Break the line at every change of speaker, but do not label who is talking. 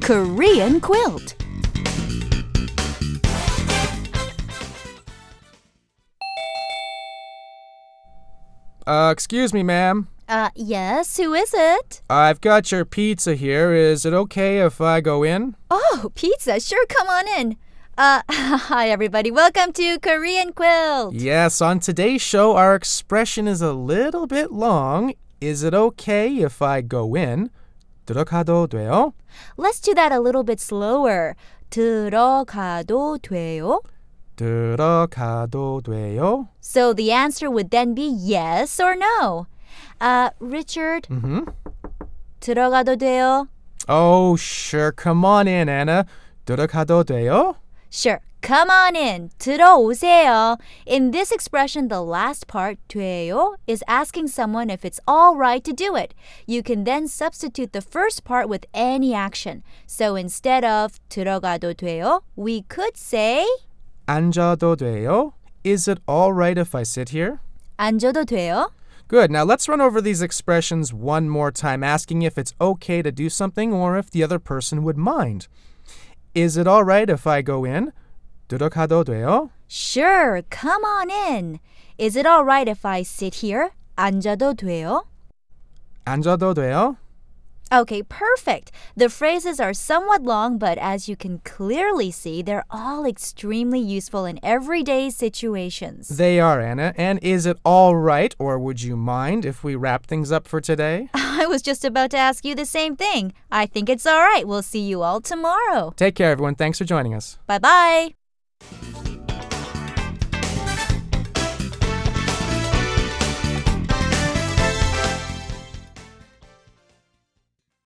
Korean quilt.
Uh, excuse me, ma'am.
Uh, yes, who is it?
I've got your pizza here. Is it okay if I go in?
Oh, pizza. Sure, come on in. Uh, hi everybody. Welcome to Korean Quilt.
Yes, on today's show, our expression is a little bit long. Is it okay if I go in? 들어가도 돼요?
Let's do that a little bit slower. 들어가도 돼요?
들어가도 돼요?
So the answer would then be yes or no. Uh, Richard,
Mm-hmm.
들어가도 돼요?
Oh, sure. Come on in, Anna. 들어가도 돼요?
Sure. Come on in. 들어오세요. In this expression, the last part, 돼요, is asking someone if it's all right to do it. You can then substitute the first part with any action. So instead of 들어가도 돼요, we could say
앉아도 돼요? Is it all right if I sit here?
앉아도 돼요?
Good. Now let's run over these expressions one more time, asking if it's okay to do something or if the other person would mind. Is it all right if I go in? 들어가도 돼요?
Sure. Come on in. Is it all right if I sit here? 앉아도 돼요?
앉아도 돼요?
Okay, perfect. The phrases are somewhat long, but as you can clearly see, they're all extremely useful in everyday situations.
They are, Anna. And is it all right or would you mind if we wrap things up for today?
I was just about to ask you the same thing. I think it's all right. We'll see you all tomorrow.
Take care, everyone. Thanks for joining us.
Bye bye.